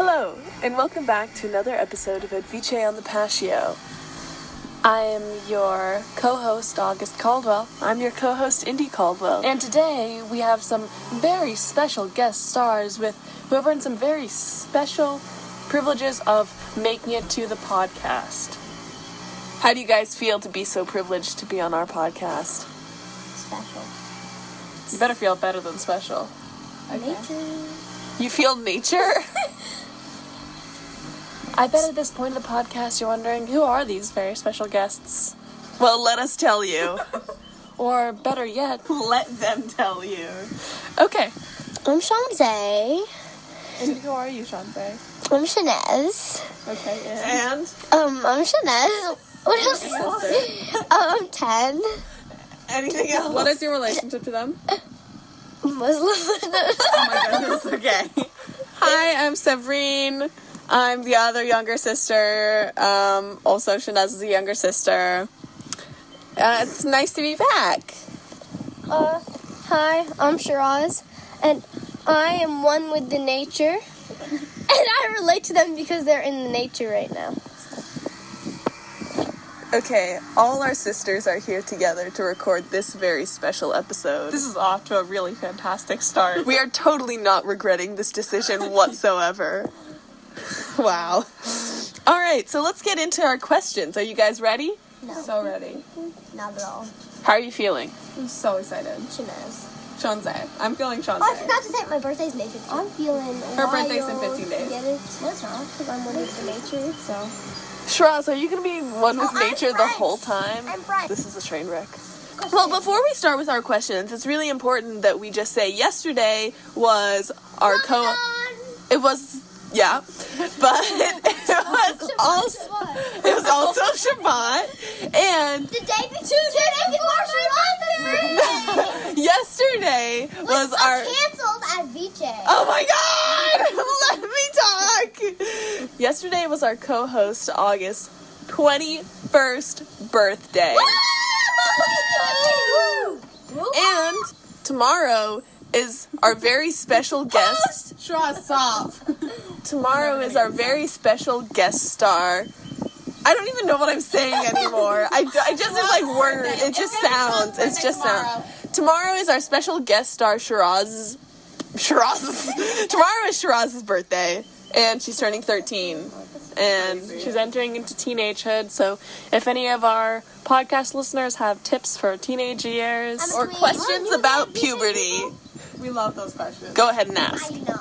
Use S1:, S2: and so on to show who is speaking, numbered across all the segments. S1: and welcome back to another episode of Advice on the Patio. I am your co host, August Caldwell. I'm your co host, Indy Caldwell. And today we have some very special guest stars with who have earned some very special privileges of making it to the podcast. How do you guys feel to be so privileged to be on our podcast?
S2: Special.
S1: You better feel better than special.
S2: Nature.
S1: You feel nature? I bet at this point of the podcast you're wondering who are these very special guests? Well, let us tell you. or better yet, let them tell you. Okay.
S2: I'm Shanze.
S1: And who are you, Shantae?
S2: I'm Shanez.
S1: Okay. And
S2: Um, I'm Shanez. What else?
S1: Sister.
S2: oh, I'm 10.
S1: anything else? What is your relationship to them?
S2: Muslim.
S1: okay. Hi, I'm Severine. I'm the other younger sister. Um, also, Shanaz is the younger sister. Uh, it's nice to be back.
S2: uh, hi, I'm Shiraz. And I am one with the nature. And I relate to them because they're in the nature right now.
S1: Okay, all our sisters are here together to record this very special episode. This is off to a really fantastic start. We are totally not regretting this decision whatsoever. wow. All right, so let's get into our questions. Are you guys ready?
S2: No.
S1: So ready.
S2: Not at all.
S1: How are you feeling?
S3: I'm so excited.
S2: Shanez.
S3: Shanzai. I'm feeling Shanzai.
S4: Oh, I forgot to say my birthday's May 15th.
S2: I'm feeling
S3: Her birthday's in 15 days.
S2: Yeah, that's wrong, because I'm one with the nature.
S3: So
S1: Shiraz, are you going to be one with
S4: Oh, I'm
S1: nature the
S4: French.
S1: whole time?
S4: I'm French.
S1: This is a train wreck. Well, before we start with our questions, it's really important that we just say yesterday was our co. It was yeah, but it was also it was also Shabbat, and
S4: The day before, two days before Shabbat's
S1: yesterday was our.
S4: canceled at VJ.
S1: Oh my God! Let me talk. Yesterday was our co-host August twenty first birthday, and tomorrow is our very special guest.
S3: Shiraz off.
S1: Tomorrow is our very special guest star. I don't even know what I'm saying anymore. I, I just is like word. It just sounds. It's just sound. Tomorrow is our special guest star Shiraz's. Shiraz's. tomorrow is Shiraz's birthday, and she's turning 13, and she's entering into teenagehood. So, if any of our podcast listeners have tips for teenage years
S4: I'm a
S1: or
S4: tween.
S1: questions
S4: Aren't you
S1: about
S4: like these
S1: puberty,
S3: We love those questions.
S1: go ahead and ask.
S4: I know.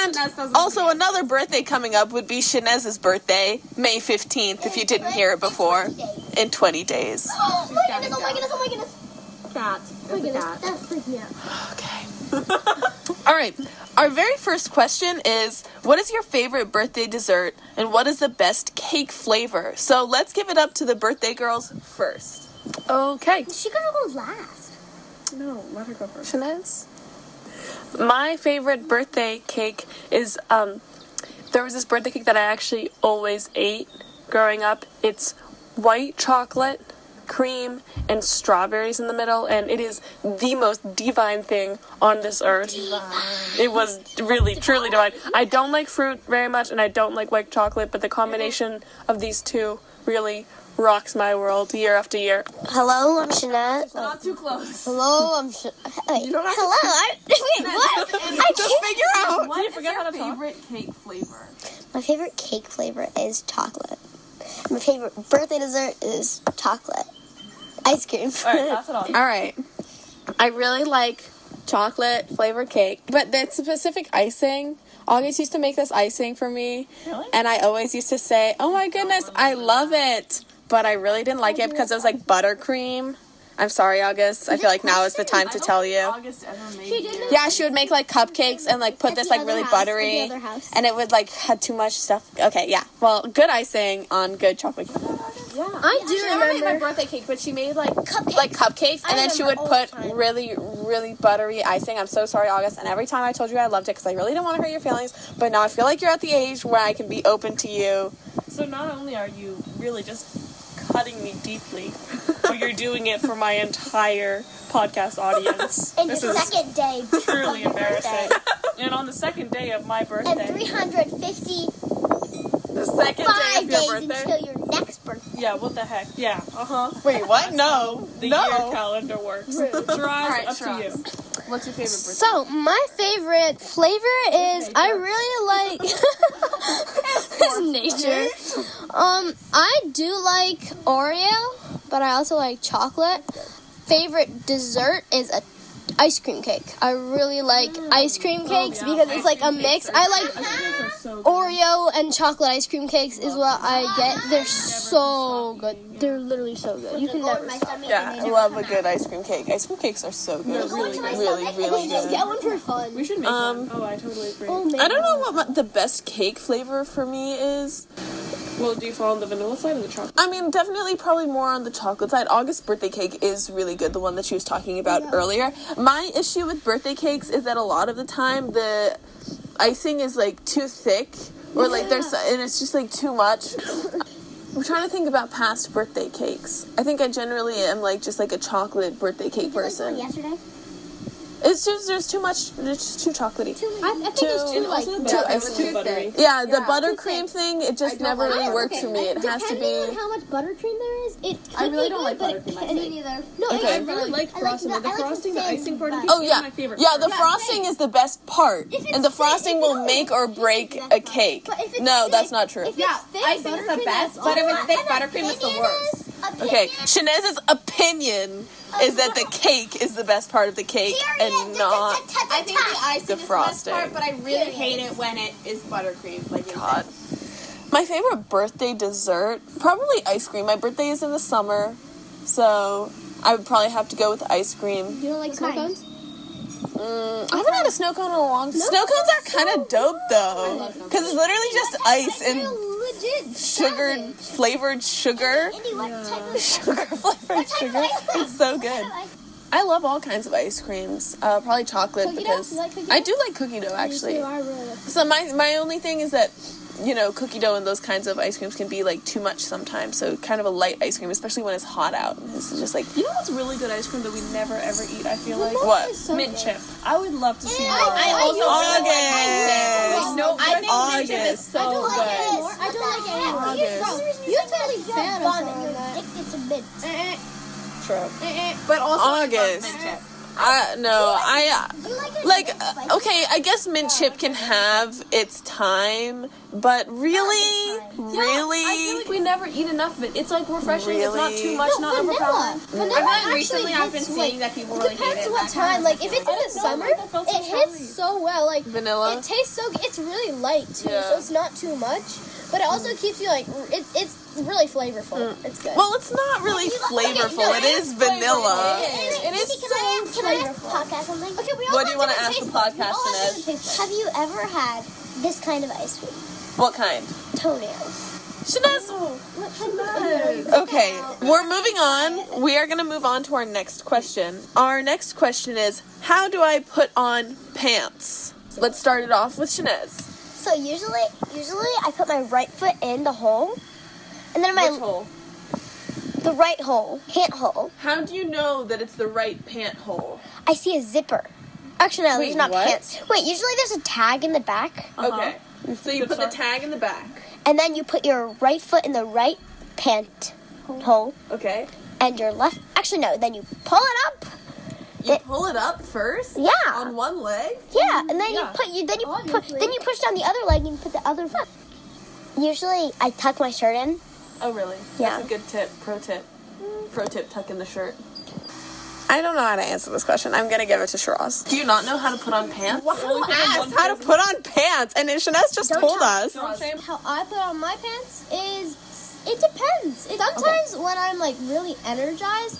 S1: And
S3: That sounds
S1: also another birthday coming up would be Shanez's birthday, May 15th, if you didn't hear it before, in 20 days.
S4: Oh my goodness, oh my goodness, oh my goodness.
S3: Cat.
S4: Oh my goodness, that's freaking me out.
S1: Okay. All right. Our very first question is What is your favorite birthday dessert and what is the best cake flavor? So let's give it up to the birthday girls first.
S3: Okay.
S4: She gonna go last.
S3: No, let her go first.
S1: Shanez?
S3: My favorite birthday cake is um there was this birthday cake that I actually always ate growing up. It's white chocolate, cream, and strawberries in the middle, and it is the most divine thing on this earth. It was really, truly divine. I don't like fruit very much, and I don't like white chocolate, but the combination of these two really rocks my world year after year.
S2: Hello, I'm Shanez.
S3: Not too close.
S2: Hello, I'm Shanez. Wait,
S1: don't have to-
S2: hello, I- wait, what? I
S1: Just
S2: can't.
S1: figure out.
S3: Did Oh, you forget how to talk?
S1: cake flavor?
S2: My favorite cake flavor is chocolate. My favorite birthday dessert is chocolate. Ice cream.
S3: it all.
S1: All right. I really like chocolate flavored cake, but that specific icing. August used to make this icing for me, and I always used to say, "Oh my goodness, I love it," but I really didn't like it because it was like buttercream. I'm sorry, August. I feel like now is the time to tell you.
S3: August ever made
S4: She did
S1: Yeah, she would make like cupcakes and like put
S2: At
S1: this
S2: the
S1: like really
S2: other house, at the
S1: buttery,
S2: other house.
S1: and it would like had too much stuff. Okay, yeah. Well, good icing on good chocolate. cake.
S2: I do remember.
S1: birthday cake, but she made like
S2: Cupcakes.
S1: like cupcakes, and then she would
S2: remember all
S1: put really, really buttery icing. I'm so sorry, August. And every time I told you I loved it because I really didn't want to hurt your feelings, but now I feel like you're at the age where I can be open to you.
S3: So not only are you really just cutting me deeply, but you're doing it for my entire podcast audience.
S4: And
S3: this
S4: the
S3: is
S4: second day.
S3: truly
S4: of your birthday.
S3: embarrassing. and on
S5: the second day of my
S4: And
S5: birthday.
S4: 355
S1: The second day of
S4: days
S1: your birthday.
S4: until your next birthday.
S5: Yeah, what the heck? Yeah, uh
S3: uh-huh.
S5: huh.
S1: Wait, what? No,
S5: The year
S1: no.
S5: calendar works. Draws
S1: right,
S5: up
S1: Shiraz.
S5: to you.
S1: What's your favorite birthday?
S2: So my favorite flavor is I really like is nature. Um, I do like Oreo, but I also like chocolate. Favorite dessert is a ice cream cake. I really like
S4: Mm.
S2: ice cream
S4: Oh,
S2: cakes because it's like a mix. I like Oreo and chocolate ice cream cakes is what I get. They're so good. They're literally so good. You can
S4: Go in
S2: never.
S4: my stomach
S1: Yeah, I
S4: and
S1: love a good ice cream cake. Ice cream cakes are so good. Really, really, really good.
S2: one for fun.
S5: We should make
S1: Um,
S5: one. Oh, I totally agree.
S1: I don't know what my, the best cake flavor for me is.
S5: Well, do you fall on the vanilla side or the chocolate?
S1: I mean, definitely probably more on the chocolate side. August birthday cake is really good, the one that she was talking about earlier. My issue with birthday cakes is that a lot of the time the icing is like too thick or like there's and it's just like too much. I'm trying to think about past birthday cakes. I think I generally am like just like a chocolate birthday cake person.
S4: yesterday?
S1: It's just there's too much it's just too chocolatey.
S2: I, I think it's too like
S5: The
S1: Two-
S5: back
S1: I
S5: is
S1: would
S5: too
S1: say
S5: buttery.
S1: Yeah, the
S6: Yeah,
S1: buttercream thing, it just never
S6: like
S1: really
S6: it.
S1: works for me. It has to
S4: Depending on
S1: be
S4: how much buttercream there is, it could
S6: I really
S4: be good,
S6: don't like
S4: but it
S6: buttercream, I
S4: can't-
S6: think.
S4: Me neither.
S6: No,
S1: Okay.
S6: I really like
S4: I like
S6: frosting.
S4: the-
S6: The,
S4: I like the
S6: frosting, the
S4: thin
S6: icing part of the
S5: bun.
S1: Oh
S5: It's
S1: yeah,
S5: my favorite
S1: yeah. The
S4: part. Yeah,
S1: frosting
S4: same.
S1: is the best part,
S4: If it's
S1: and the
S4: thick,
S1: frosting
S4: if
S1: will
S4: it's
S1: make or break
S4: that's
S1: Oh, a
S4: fine.
S1: cake.
S4: But if it's
S1: No,
S4: thick-
S1: that's not true.
S4: if
S6: Yeah,
S4: it's thick,
S6: icing is the
S4: buttercream,
S6: best,
S4: that's
S6: but if it's
S4: awesome.
S6: thick,
S4: And
S6: buttercream is the
S4: opinion
S6: worst.
S4: is-
S1: Okay,
S4: opinion
S1: Shanez's opinion is that the cake is the best part of the cake
S4: Period.
S1: and not.
S6: I think the icing
S1: The
S6: is the best
S1: frosting.
S6: part, but I really hate it when it is buttercream. Like you
S1: God.
S6: said.
S1: My favorite birthday dessert, probably ice cream. My birthday is in the summer, so I would probably have to go with ice cream.
S2: You don't like snow cones?
S1: I haven't had a snow cone in a long time. Snow cones are kind of dope though, because it's literally just ice and
S4: legit
S1: sugared, flavored sugar.
S4: Andy, what type of
S1: sugar flavored sugar. It's so good. I love all kinds of ice creams. Uh, probably chocolate
S2: Cookie dough?
S1: because
S2: You like cookie
S1: I
S2: dough?
S1: do like cookie dough actually.
S2: I really like
S1: So my my only thing is that you know cookie dough and those kinds of ice creams can be like too much sometimes. So kind of a light ice cream, especially when it's hot out. It's just like
S5: You know what's really good ice cream that we never ever eat? I feel like
S1: what?
S5: mint chip. I would love to see more.
S6: I also really like
S1: August.
S6: icing. No, I think mint chip is
S1: August.
S6: so good.
S4: I don't like it. You're, so- you're totally fat or something. You're addicted to mint.
S6: But also I love
S1: August.
S6: mint chip.
S1: I Uh, no, I
S4: You like it?
S1: like
S4: It's spicy.
S1: uh, okay. I guess mint chip can have its time, but really,
S3: I feel
S1: really,
S3: like we never eat enough of it. It's like refreshing. It's not
S1: Really?
S3: too much,
S4: No,
S3: not overpowering.
S4: vanilla. Vanilla
S6: I feel like
S4: actually
S6: recently I've been
S4: hits,
S6: seeing
S4: like,
S6: that people really hate it.
S2: Depends what
S6: That kind
S2: time. Like if it's in the summer, it hits so well. Like
S1: vanilla.
S2: it tastes so. g- It's really light too,
S1: Yeah.
S2: so it's not too much. But it also keeps you like r- it's it's really flavorful. It's good.
S1: Mm. Well, it's not really flavorful. It is vanilla.
S4: It is so can I ask podcast something? Okay, we all
S1: What do you want to ask the podcast, Inez?
S4: Have you ever had this kind of ice cream?
S1: What kind?
S4: Toenails.
S3: Oh,
S1: Shanaz.
S4: What kind of toenails?
S1: Okay, we're moving on. We are going to move on to our next question. Our next question is How do I put on pants? Let's start it off with Shanez.
S4: So usually, usually I put my right foot in the hole, and then my the right hole, pant hole.
S1: How do you know that it's the right pant hole?
S4: I see a zipper. Actually, no,
S1: Wait,
S4: there's not
S1: what?
S4: pants. Wait, usually there's a tag in the back,
S1: Okay, so you put the tag in the back.
S4: and then you put your right foot in the right pant hole,
S1: Okay.
S4: and your left. Actually, no. Then you pull it up.
S1: You
S4: It-
S1: pull it up first
S4: Yeah.
S1: on one leg.
S4: Yeah, and then you put you then you pu- then you push down the other leg and you put the other foot. Usually, I tuck my shirt in.
S1: Oh, really?
S4: Yeah. Mm.
S1: That's a good tip. Pro tip. Pro tip, tuck in the shirt. I don't know how to answer this question. I'm gonna give it to Shiraz. Do you not know how to put on pants? Who asked how to put on pants? And then Shanaz just told us.
S2: How I put on my pants is it depends. It, sometimes when I'm like really energized,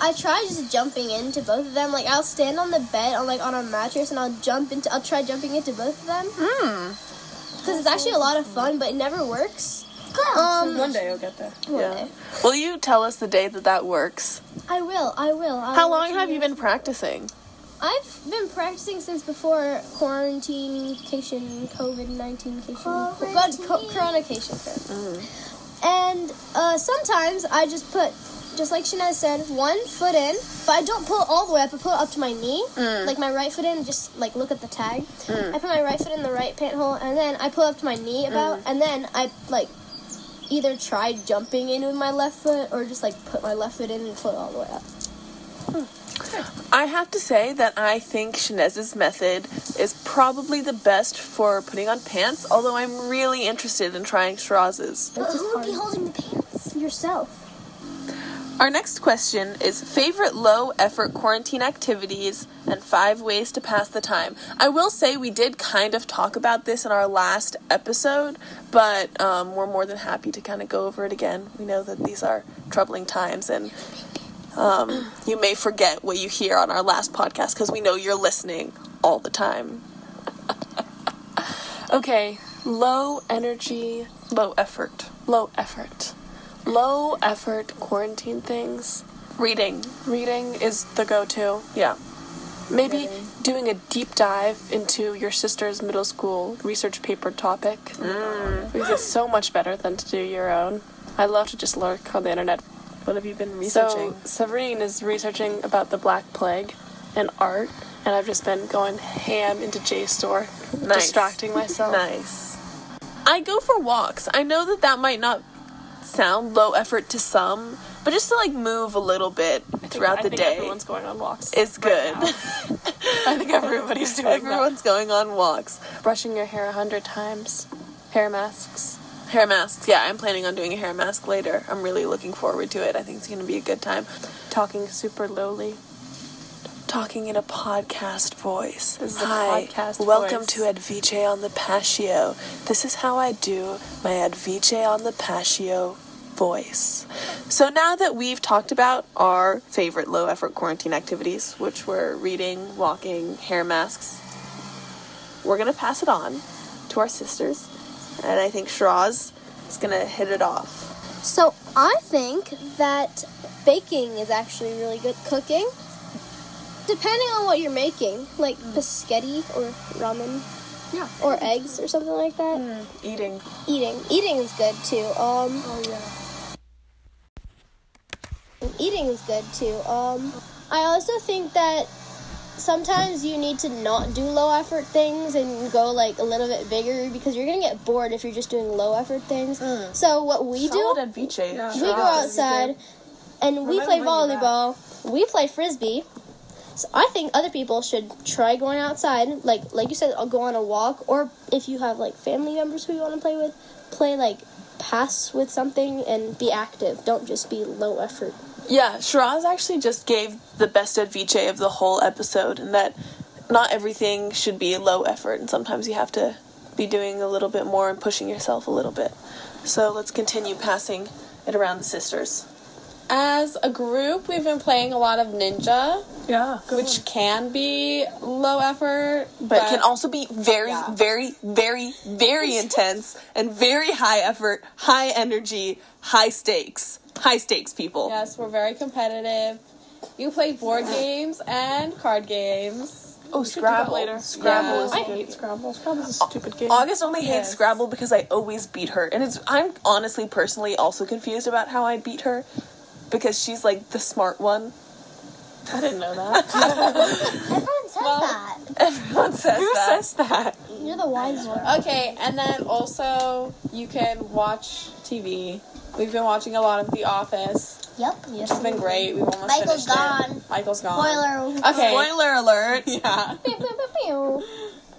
S2: I try just jumping into both of them. Like I'll stand on the bed on like on a mattress and I'll jump into I'll try jumping into both of them. Mm.
S5: Hmm.
S2: Cuz it's actually a lot of fun, but it never works. Um
S5: One day you'll get there.
S1: Yeah. Will you tell us the day that that works?
S2: I will. I will. I
S1: How
S2: will
S1: long have you been practicing?
S2: I've been practicing since before quarantine, cation, COVID nineteen, cation,
S1: Mm-hmm.
S2: God, co- corona cation. corona. And uh, sometimes I just put just like Shana said, one foot in, but I don't pull it all the way up. I pull it up to my knee,
S1: Mm.
S2: like my right foot in. Just like look at the tag. I put my right foot in the right panthole, and then I pull up to my knee about,
S1: Mm.
S2: and then I like either try jumping in with my left foot or just like put my left foot in and pull it all the way up.
S1: I have to say that I think Shanez's method is probably the best for putting on pants, although I'm really interested in trying Shiraz's.
S4: But who would be holding the pants?
S2: Yourself.
S1: Our next question is favorite low effort quarantine activities and five ways to pass the time. I will say we did kind of talk about this in our last episode, but um, we're more than happy to kind of go over it again. We know that these are troubling times and um, you may forget what you hear on our last podcast because we know you're listening all the time.
S3: Okay, low energy,
S1: Low effort.
S3: low effort. Low effort quarantine things.
S1: Reading.
S3: Reading is the go to.
S1: Yeah.
S3: Maybe doing a deep dive into your sister's middle school research paper topic.
S5: Mm.
S3: Because it's so much better than to do your own. I love to just lurk on the internet.
S1: What have you been
S3: So, Severine is researching about the Black Plague and art, and I've just been going ham into JSTOR,
S1: Nice.
S3: distracting myself.
S1: Nice. I go for walks. I know that that might not sound low effort to some, but just to like move a little bit throughout
S3: I
S1: the
S3: think
S1: day
S3: Everyone's going on walks.
S1: is good.
S3: I think everybody's doing
S1: Everyone's going on walks.
S3: that. Brushing your hair a hundred times, hair masks.
S1: Hair masks. Yeah, I'm planning on doing a hair mask later. I'm really looking forward to it. I think it's going to be a good time.
S3: talking super lowly.
S1: Talking in a podcast voice.
S3: This is a
S1: Hi,
S3: podcast
S1: welcome
S3: voice.
S1: to Advice on the Patio. This is how I do my Advice on the Patio voice. So now that we've talked about our favorite low effort quarantine activities, which were reading, walking, hair masks, we're gonna pass it on to our sisters, and I think Shiraz is gonna hit it off.
S2: So I think that baking is actually really good cooking. Depending on what you're making, like
S4: Mm.
S2: biscotti or ramen,
S1: Yeah. Hmm,
S2: or eggs or something like that.
S1: Eating.
S2: Eating, eating is good too. Um,
S1: Oh yeah.
S2: eating is good too. Um, I also think that sometimes you need to not do low effort things and go like a little bit bigger because you're gonna get bored if you're just doing low effort things.
S1: Hmm.
S2: So what we do,
S1: Advice.
S2: we go outside and we play volleyball, we play frisbee. So I think other people should try going outside, like like you said, I'll go on a walk, or if you have like family members who you want to play with, play like pass with something and be active. Don't just be low effort.
S1: Yeah, Shiraz actually just gave the best advice of the whole episode, and that not everything should be low effort, and sometimes you have to be doing a little bit more and pushing yourself a little bit. So let's continue passing it around the sisters.
S6: As a group, we've been playing a lot of Ninja,
S5: Yeah.
S6: which can be low effort,
S1: But, it can also be very,
S6: Yeah.
S1: very, very, very intense and very high effort, high energy, high stakes. High stakes, people.
S6: yes, we're very competitive. You play board games and card games.
S1: Oh, Scrabble. Later. Scrabble
S6: Yeah.
S1: is
S5: Uh, I hate Scrabble. Scrabble's a stupid game.
S1: August only hates
S5: Yes.
S1: Scrabble because I always beat her, and it's I'm honestly personally also confused about how I beat her because she's like the smart one.
S5: I didn't know that.
S4: Everyone says that.
S1: Everyone says
S5: Who
S1: that.
S5: says that?
S2: You're the wise one.
S6: Okay, and then also you can watch TV. We've been watching a lot of The Office.
S4: Yep.
S6: It's been great. We've almost
S4: Michael's
S6: finished
S4: gone.
S6: It. Michael's gone.
S4: Spoiler.
S1: Uh,
S6: Okay.
S1: Spoiler alert!
S6: Yeah.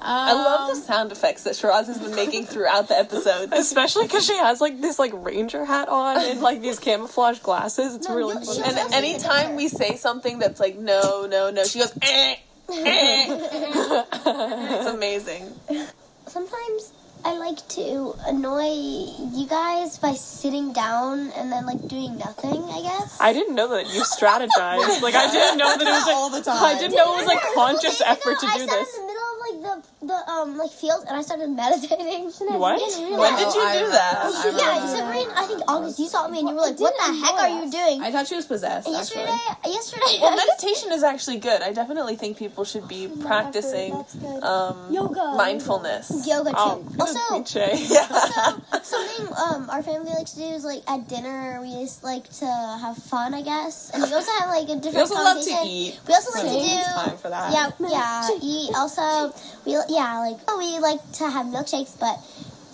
S1: I love the sound effects that Shiraz has been making throughout the episode.
S5: Especially because she has like this like ranger hat on and like these camouflage glasses. It's
S4: No,
S5: really
S4: you- she-
S5: funny.
S1: And anytime we say something that's like no, no, no, she goes. Eh, eh." it's amazing.
S4: Sometimes I like to annoy you guys by sitting down and then like doing nothing. I guess.
S5: I didn't know that you strategized. Like I didn't know that it was like
S1: All the time.
S5: I didn't know it was like
S4: Remember a couple
S5: conscious
S4: days ago,
S5: effort to
S4: I
S5: do
S4: sat
S5: this.
S4: in the middle of like the the um like field and I started meditating.
S5: What?
S4: Yeah.
S1: When did you
S6: Oh, I
S1: do
S6: remember
S1: that?
S6: I remember
S4: yeah, Sabrina, I think August, you saw me and you were like, "What the heck are you doing?"
S6: I thought she was possessed,
S4: yesterday,
S6: actually.
S4: yesterday.
S1: Well, meditation is actually good. I definitely think people should be practicing um,
S7: Yoga.
S1: mindfulness.
S4: yoga too.
S5: Oh,
S4: also,
S5: Jay.
S4: also something um our family likes to do is like at dinner we just like to have fun, I guess. And we also have like a different
S5: We also love to
S4: conversation.
S5: eat.
S4: We also like to
S5: There's
S4: do
S5: time for that.
S4: yeah, yeah. Eat. Also, we yeah like oh we like to have milkshakes, but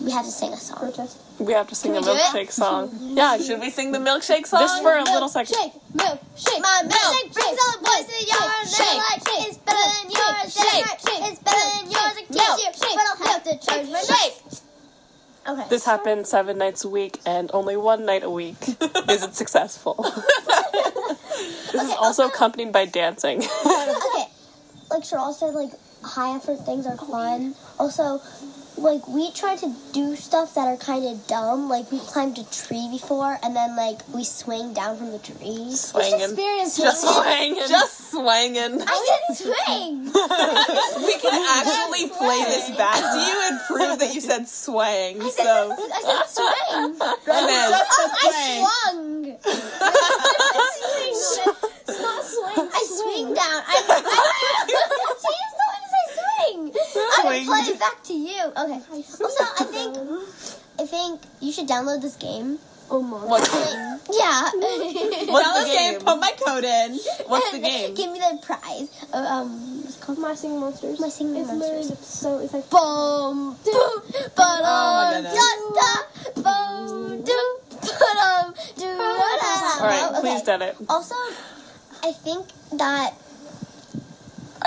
S4: we have to sing a song.
S5: We have to sing the
S4: we do it?
S5: milkshake song. Yeah, should we sing the milkshake song? Just for a little second.
S7: Shake, milk, shake.
S4: My Oh, milkshake brings all the boys to yours. They're
S7: shake,
S4: like, it's better than yours. They're
S7: shake,
S4: like,
S7: shake,
S4: it's better than yours. I
S7: milk,
S4: can't you, but I'll have to charge my shake. Okay.
S5: This happened seven nights a week and only one night a week. is it successful? this is also accompanied by dancing.
S4: okay. Like Cheryl said, like high effort things are fun. Also, like we try to do stuff that are kind of dumb. Like we climbed a tree before, and then like we swing down from the tree.
S5: Swinging.
S7: Experience.
S5: Just swinging.
S1: Just swangin'.
S4: I didn't swing.
S1: We can actually play this back to you and prove that you said swang. So,
S4: I said swing.
S1: Inez,
S4: Oh, I swung. I swing down. I, I, she just the one to say swing. I can play it back to you. Okay. Also, I think I think you should download this game.
S1: what's the,
S4: Yeah.
S1: what's the game?
S6: Put my code in.
S1: What's the game?
S4: Give me the prize. Uh, um, it's called My Singing Monsters. My Singing Monsters.
S7: So it's like
S4: Boom, boom, ba-dum, da, da, boom, do, ba-dum, do, da, da.
S5: All right,
S4: Okay.
S5: please done it.
S4: Also, I think that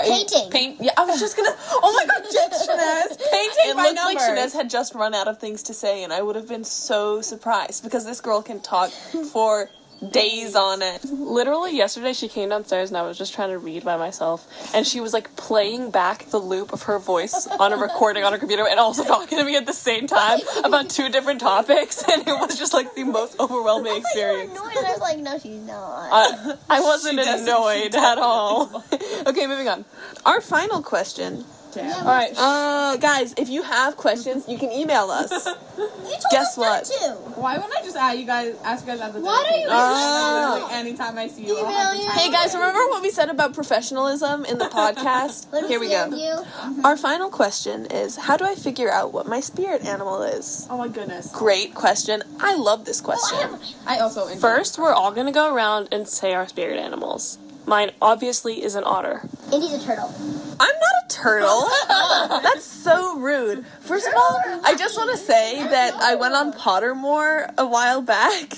S4: painting.
S5: Paint. Yeah, I was just gonna. Oh my god, Shanez. Painting
S1: It
S5: by
S1: looked
S5: numbers.
S1: like Shanez had just run out of things to say, and I would have been so surprised because this girl can talk for days on it.
S5: Literally yesterday, she came downstairs and I was just trying to read by myself, and she was like playing back the loop of her voice on a recording on her computer, and also talking to me at the same time about two different topics, and it was just like the most overwhelming
S4: I
S5: experience.
S4: was annoyed. I was like, no, she's not.
S5: Uh, I wasn't
S1: doesn't- she
S5: annoyed at all. okay, moving on.
S1: Our final question.
S4: Yeah,
S1: All right, uh, guys, if you have questions, you can email us.
S4: You told
S1: Guess
S4: us not
S1: what?
S4: to.
S6: Why wouldn't I just ask you guys ask you guys at the
S7: Why
S6: dinner
S7: do you
S6: table?
S1: guys-
S6: Literally anytime I see you? I'll
S7: Email
S6: have to
S7: you.
S6: type
S1: Um, Hey guys, remember what we said about professionalism in the podcast?
S4: Let me
S1: Here we
S4: see
S1: go.
S4: You.
S1: Our final question is How do I figure out what my spirit animal is?
S6: Oh my goodness.
S1: Great question. I love this
S4: I
S1: question.
S4: have
S6: I also enjoy
S5: First, we're all gonna go around and say our spirit animals. Mine obviously is an otter.
S4: Indy's a turtle.
S1: I'm not a turtle. That's so rude. First of all, I just want to say that I went on Pottermore a while back,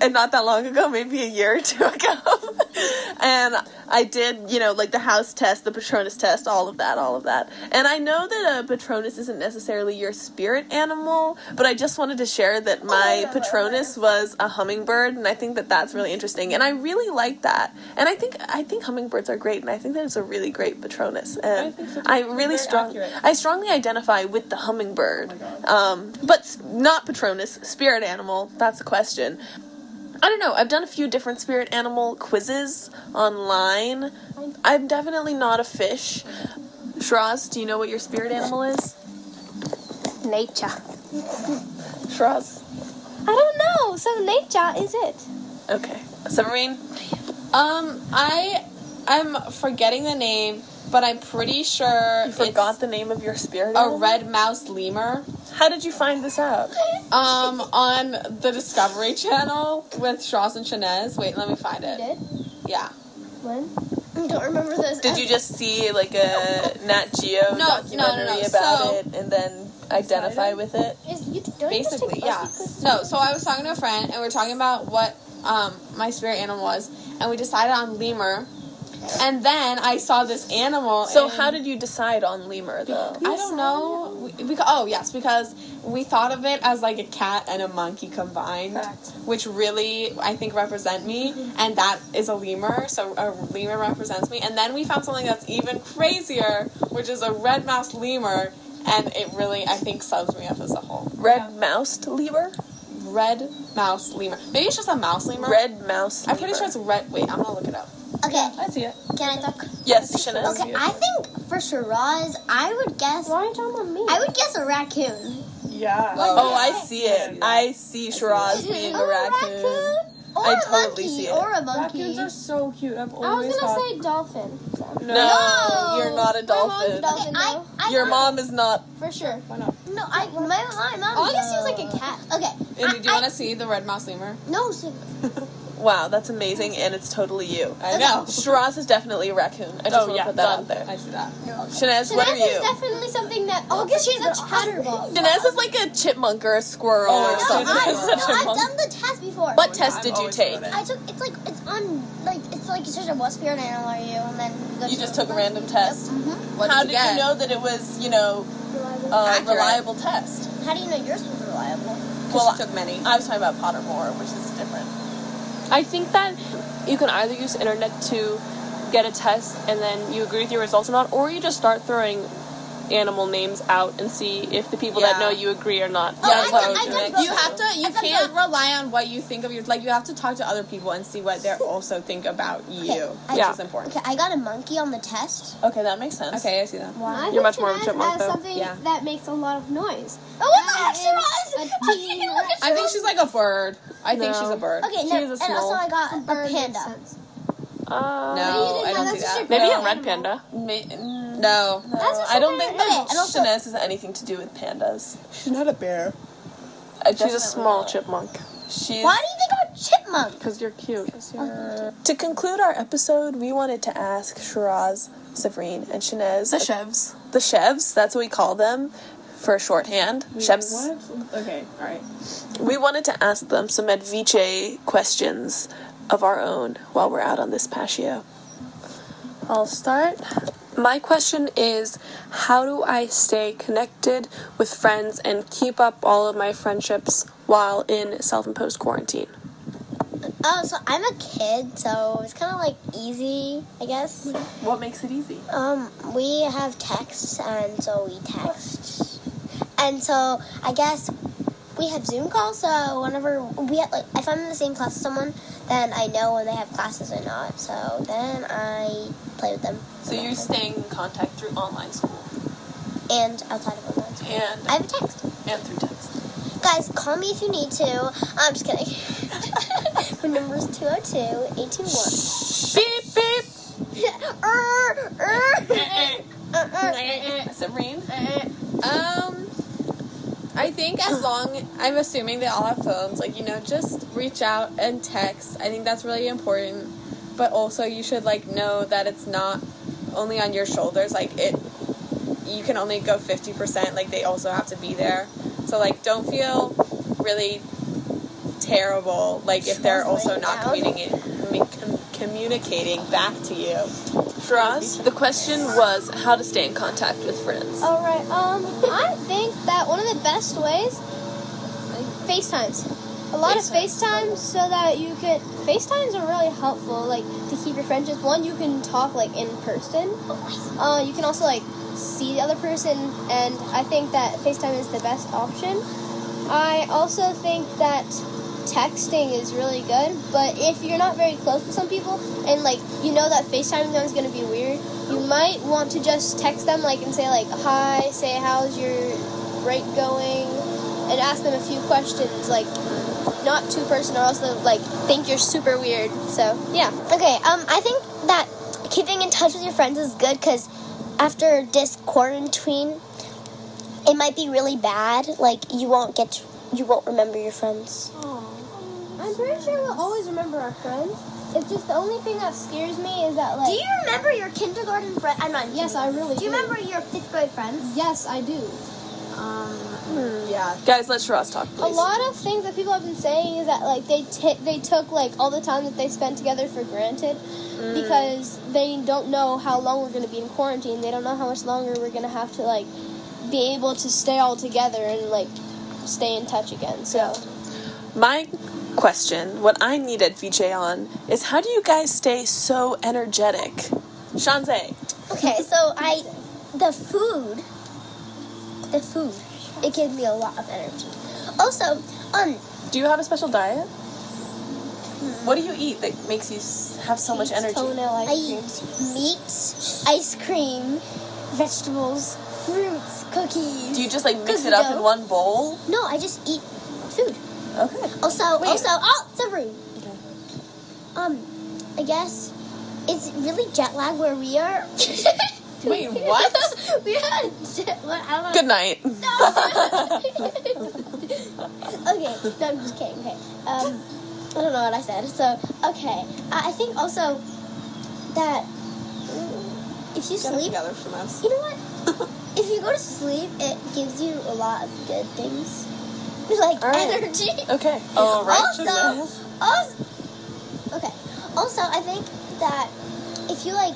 S1: and not that long ago, maybe a year or two ago. and I did, you know, like the house test, the Patronus test, all of that, all of that. And I know that a Patronus isn't necessarily your spirit animal, but I just wanted to share Oh, that my Patronus was a hummingbird, and I think that that's really interesting. And I really like that. And I think I think hummingbirds are great, and I think that it's a really great Patronus. And I, really strong, I strongly identify with the hummingbird. um, but s- not Patronus, spirit animal. That's a question. I don't know. I've done a few different spirit animal quizzes online. I'm definitely not a fish. Shraz, do you know what your spirit animal is?
S2: Nature.
S1: Shraz.
S2: I don't know. So nature is it?
S1: Okay. Severine?
S6: Um, I I'm forgetting the name, but I'm pretty sure
S1: You forgot the name of your spirit
S6: it's a
S1: animal?
S6: red mouse lemur.
S1: How did you find this out?
S6: Um, on the Discovery Channel with Shaw's and Shanez. Wait, let me find it.
S4: did?
S6: Yeah.
S4: When? I don't remember this.
S1: Did you just see like a Nat Geo
S6: No,
S1: documentary
S6: no, no, no.
S1: about
S6: So-
S1: it and then identify with it?
S7: Is you don't you just
S6: Basically,
S7: take
S6: yeah.
S7: buses?
S6: No, so I was talking to a friend and we were talking about what um my spirit animal was, and we decided on lemur. And then I saw this animal.
S1: So
S6: in-
S1: how did you decide on lemur though?
S6: I don't know. We, beca- oh yes, because we thought of it as like a cat and a monkey combined, which really I think represent me,
S1: Mm-hmm.
S6: and that is a lemur. So a lemur represents me, and then we found something that's even crazier, which is a red mouse lemur, and it really I think sums me up as a whole.
S1: Red moused lemur?
S6: Red mouse lemur. Maybe it's just a mouse lemur.
S1: Red mouse lemur.
S6: I'm pretty sure it's red. Wait, I'm gonna look it up.
S4: Okay,
S1: I see it.
S4: can I talk?
S1: Yes, Shannon.
S4: Okay, I think for Shiraz, I would guess.
S8: Why are you talking about me?
S4: I would guess a raccoon.
S9: Yeah.
S6: Oh, I see it. I see Shiraz being a
S4: Or
S6: raccoon.
S1: Oh,
S4: Or
S6: I
S4: a
S6: totally
S4: monkey.
S6: see it.
S4: Or a monkey.
S9: Raccoons are so cute. I've
S2: I was
S9: always
S2: gonna
S9: thought.
S2: say dolphin.
S6: No,
S4: No.
S6: you're not a dolphin.
S4: Okay, I, I,
S6: Your mom is not.
S2: For sure.
S4: No, I. My, my mom.
S2: August seems like
S4: a cat. Okay.
S6: Indy, do you want to see the red mouse lemur?
S4: No, so,
S1: Wow, that's amazing, and it's totally you.
S6: I know.
S1: Shiraz is definitely a raccoon. I just
S6: Oh
S1: want to
S6: yeah,
S1: put that out there.
S6: I see that.
S1: Shinez, what are
S2: is
S1: you?
S2: definitely something that. Oh, because she's a chatterbox.
S1: Shinez is like a chipmunk or a squirrel
S6: Oh,
S1: or
S6: no,
S1: something.
S4: I,
S6: Such a
S4: no, I've
S6: monkey.
S4: done the test before.
S1: What test did you take?
S4: I took it's like it's on like it's like you search up what spirit animal are you and then go
S1: You
S4: to-
S1: just took a random test.
S4: Mm-hmm.
S6: What
S1: How
S6: did
S1: did
S6: you
S1: you
S6: get?
S1: know that it was, you know,
S4: Reliable.
S1: a
S6: Accurate.
S1: reliable test?
S4: Uh, How do you know yours was reliable?
S1: Well, Oh,
S6: Well, she took many.
S1: I was talking about Pottermore, which is different.
S3: I think that you can either use the internet to get a test and then you agree with your results or not, or you just start throwing animal names out and see if the people that
S6: Yeah.
S3: know you agree or not.
S4: Oh,
S6: That's
S4: I
S6: what
S4: done-
S6: I
S4: I've
S6: would
S4: done
S6: do.
S4: both.
S6: You have to. You
S4: I've done
S6: can't rely on what you think of your. Like you have to talk to other people and see what they are also think about you,
S4: Okay, I-
S6: which
S3: Yeah.
S6: is important. Oh,
S4: Okay, I got a monkey on the test.
S1: Okay, that makes sense.
S6: Okay, I see that.
S2: I
S3: You're
S2: think
S3: much more of a
S2: Shinaz
S3: chipmunk,
S2: has
S3: though.
S2: something
S6: Yeah.
S2: that makes a lot of noise.
S4: Oh, what the heck,
S2: I
S4: she
S2: am
S4: was?
S2: a teen-
S6: I think she's like a bird. I think
S3: No.
S6: she's a bird.
S4: Okay,
S3: She
S4: no,
S3: is a
S4: and
S3: small-
S4: also I got a
S2: Bird makes
S4: panda.
S2: sense.
S3: Uh,
S6: No,
S2: didn't
S6: I
S2: know
S6: don't
S2: that's
S6: see
S2: a
S6: that.
S2: ship.
S3: Maybe
S2: No.
S3: a red panda.
S1: Ma-
S6: No.
S1: No, I don't think
S4: Okay, and also-
S1: Shinez has anything to do with pandas. Uh,
S9: She's not a bear.
S1: I
S3: She's a
S1: definitely
S3: small
S1: not.
S3: chipmunk.
S1: She's
S4: Why do you think I'm a chipmunk?
S3: Because you're cute.
S1: To conclude our episode, we wanted to ask Shiraz, Savrine, and Shinez. The
S6: Chevs.
S1: The chefs, that's what we call them for shorthand. chefs.
S9: What? Okay, alright.
S1: We wanted to ask them some Advice questions of our own while we're out on this patio.
S3: I'll start. My question is how do I stay connected with friends and keep up all of my friendships while in self imposed quarantine?
S4: Oh, so I'm a kid, so it's kind of like easy, I guess.
S1: What makes it easy?
S4: Um, we have texts, and so we text, and so I guess we have Zoom calls. So whenever we have, like, if I'm in the same class as someone, then I know when they have classes or not. So then I play with them.
S1: So you're staying in contact through online school
S4: and outside of online. school.
S1: and
S4: I have a text.
S1: and through text.
S4: Guys, call me if you need to. I'm just kidding. My number is 202 821.
S1: Beep beep.
S4: Uh, Er, er. Er, er.
S1: Sabrine.
S6: Um, I think as long I'm assuming they all have phones, like you know, just reach out and text. I think that's really important. But also, you should like know that it's not only on your shoulders. Like it, you can only go fifty percent. Like they also have to be there. So like, don't feel really terrible. Like if they're also not communicating, com- communicating back to you.
S1: For us, the question was how to stay in contact with friends.
S2: All right. Um, I think that one of the best ways, FaceTimes. A lot of FaceTimes so that you could. FaceTimes are really helpful, like to keep your friendships. One, you can talk like in person. Uh, you can also like see the other person, and I think that FaceTime is the best option. I also think that texting is really good, but if you're not very close with some people and like you know that FaceTime them is gonna be weird, you might want to just text them like and say like hi, say how's your break going, and ask them a few questions like not too personal, or else they'll like think you're super weird. So yeah,
S4: Okay, um, I think that keeping in touch with your friends is good because after this quarantine, it might be really bad. Like, you won't get, you won't remember your friends.
S2: I'm pretty sure we'll always remember our friends. It's just the only thing that scares me is that like
S4: Do you remember your kindergarten friend? I'm not.
S2: yes, I really
S4: Do you remember your fifth grade friends?
S2: Yes, I do.
S6: Yeah.
S1: Guys, let Shiraz talk,
S2: A
S1: please.
S2: lot of things that people have been saying is that like they t- they took like all the time that they spent together for granted because they don't know how long we're going to be in quarantine. They don't know how much longer we're going to have to like be able to stay all together and like stay in touch again. So
S1: My question, what I need at VJ on, is how do you guys stay so energetic? Shanze.
S4: Okay, so I, the food, the food, it gave me a lot of energy. Also, um,
S1: Do you have a special diet? What do you eat that makes you s- have so much energy?
S2: toenail ice
S4: I
S2: cream.
S4: eat meat, ice cream, vegetables, fruits, cookies.
S1: Do you just like mix
S4: Cookie
S1: it up
S4: dough.
S1: in one bowl?
S4: No, I just eat food.
S1: Okay.
S4: Also, also, oh, the room. Um, I guess it's really jet lag where we are.
S10: Wait, what?
S4: we are jet lag. I don't know.
S10: Good night.
S4: okay, no, I'm just kidding. Okay, um, I don't know what I said. So, okay, I I think also that mm, if you sleep,
S10: Together from us.
S4: you know what? if you go to sleep, it gives you a lot of good things, like energy.
S10: Okay. Oh, All right.
S4: Also, also, okay. Also, I think that if you like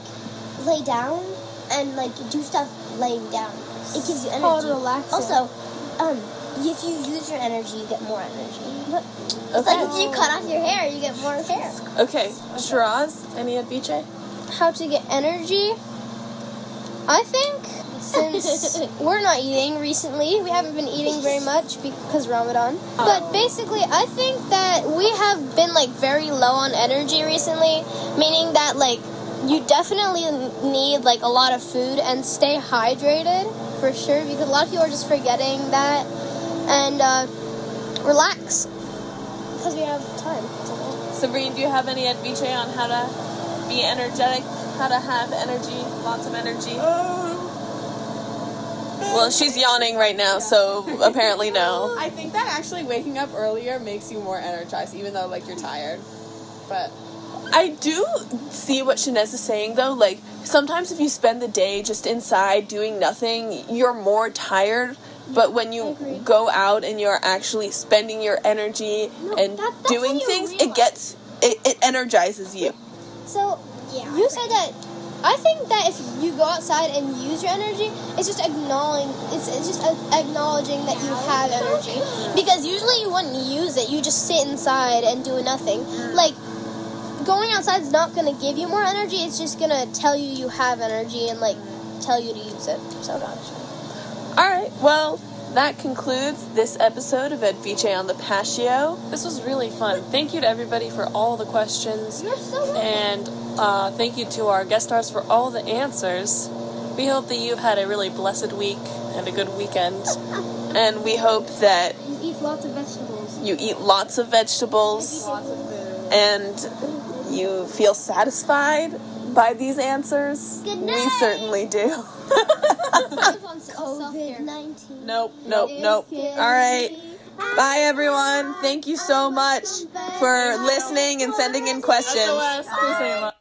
S4: lay down and like do stuff laying down, it gives you
S10: Oh,
S4: energy. Also, um, if you use your energy, you get more energy. It's like if you cut off your hair, you get more hair.
S6: Okay, Shiraz, any at BJ?
S2: How to get energy? I think since we're not eating recently, we haven't been eating very much because Ramadan. But basically, I think that we have been like very low on energy recently, meaning that like you definitely n- need like a lot of food and stay hydrated for sure because a lot of people are just forgetting that and uh, relax because we don't have time.
S6: Sabrine, do you have any at BJ on how to be energetic? How to have energy, lots of energy?
S1: Well, she's yawning right now, so apparently no.
S10: I think that actually waking up earlier makes you more energized, even though like you're tired. But
S1: I do see what Shanez is saying though. Like sometimes if you spend the day just inside doing nothing, you're more tired. But when you go out and you're actually spending your energy and
S4: that- that's
S1: doing
S4: when you
S1: things, it
S4: realize.
S1: gets it, it energizes you.
S2: So
S4: Yeah.
S2: You said that. I think that if you go outside and use your energy, it's just acknowledging. It's, it's just a- acknowledging that you have energy because usually you wouldn't use it. You just sit inside and do nothing. Like going outside is not gonna give you more energy. It's just gonna tell you you have energy and like tell you to use it. So
S1: All right. Well, that concludes this episode of Ed Vice on the Patio.
S6: This was really fun. Thank you to everybody for all the questions. And uh, thank you to our guest stars for all the answers. We hope that you've had a really blessed week and a good weekend.
S1: And we hope that
S2: you eat lots of vegetables.
S1: you eat lots of vegetables and you feel satisfied by these answers.
S4: Good
S1: We
S4: night.
S1: certainly do.
S4: COVID nineteen.
S1: Nope, nope, nope. All right. Bye, everyone. Thank you so much for listening and sending in questions.
S6: Please say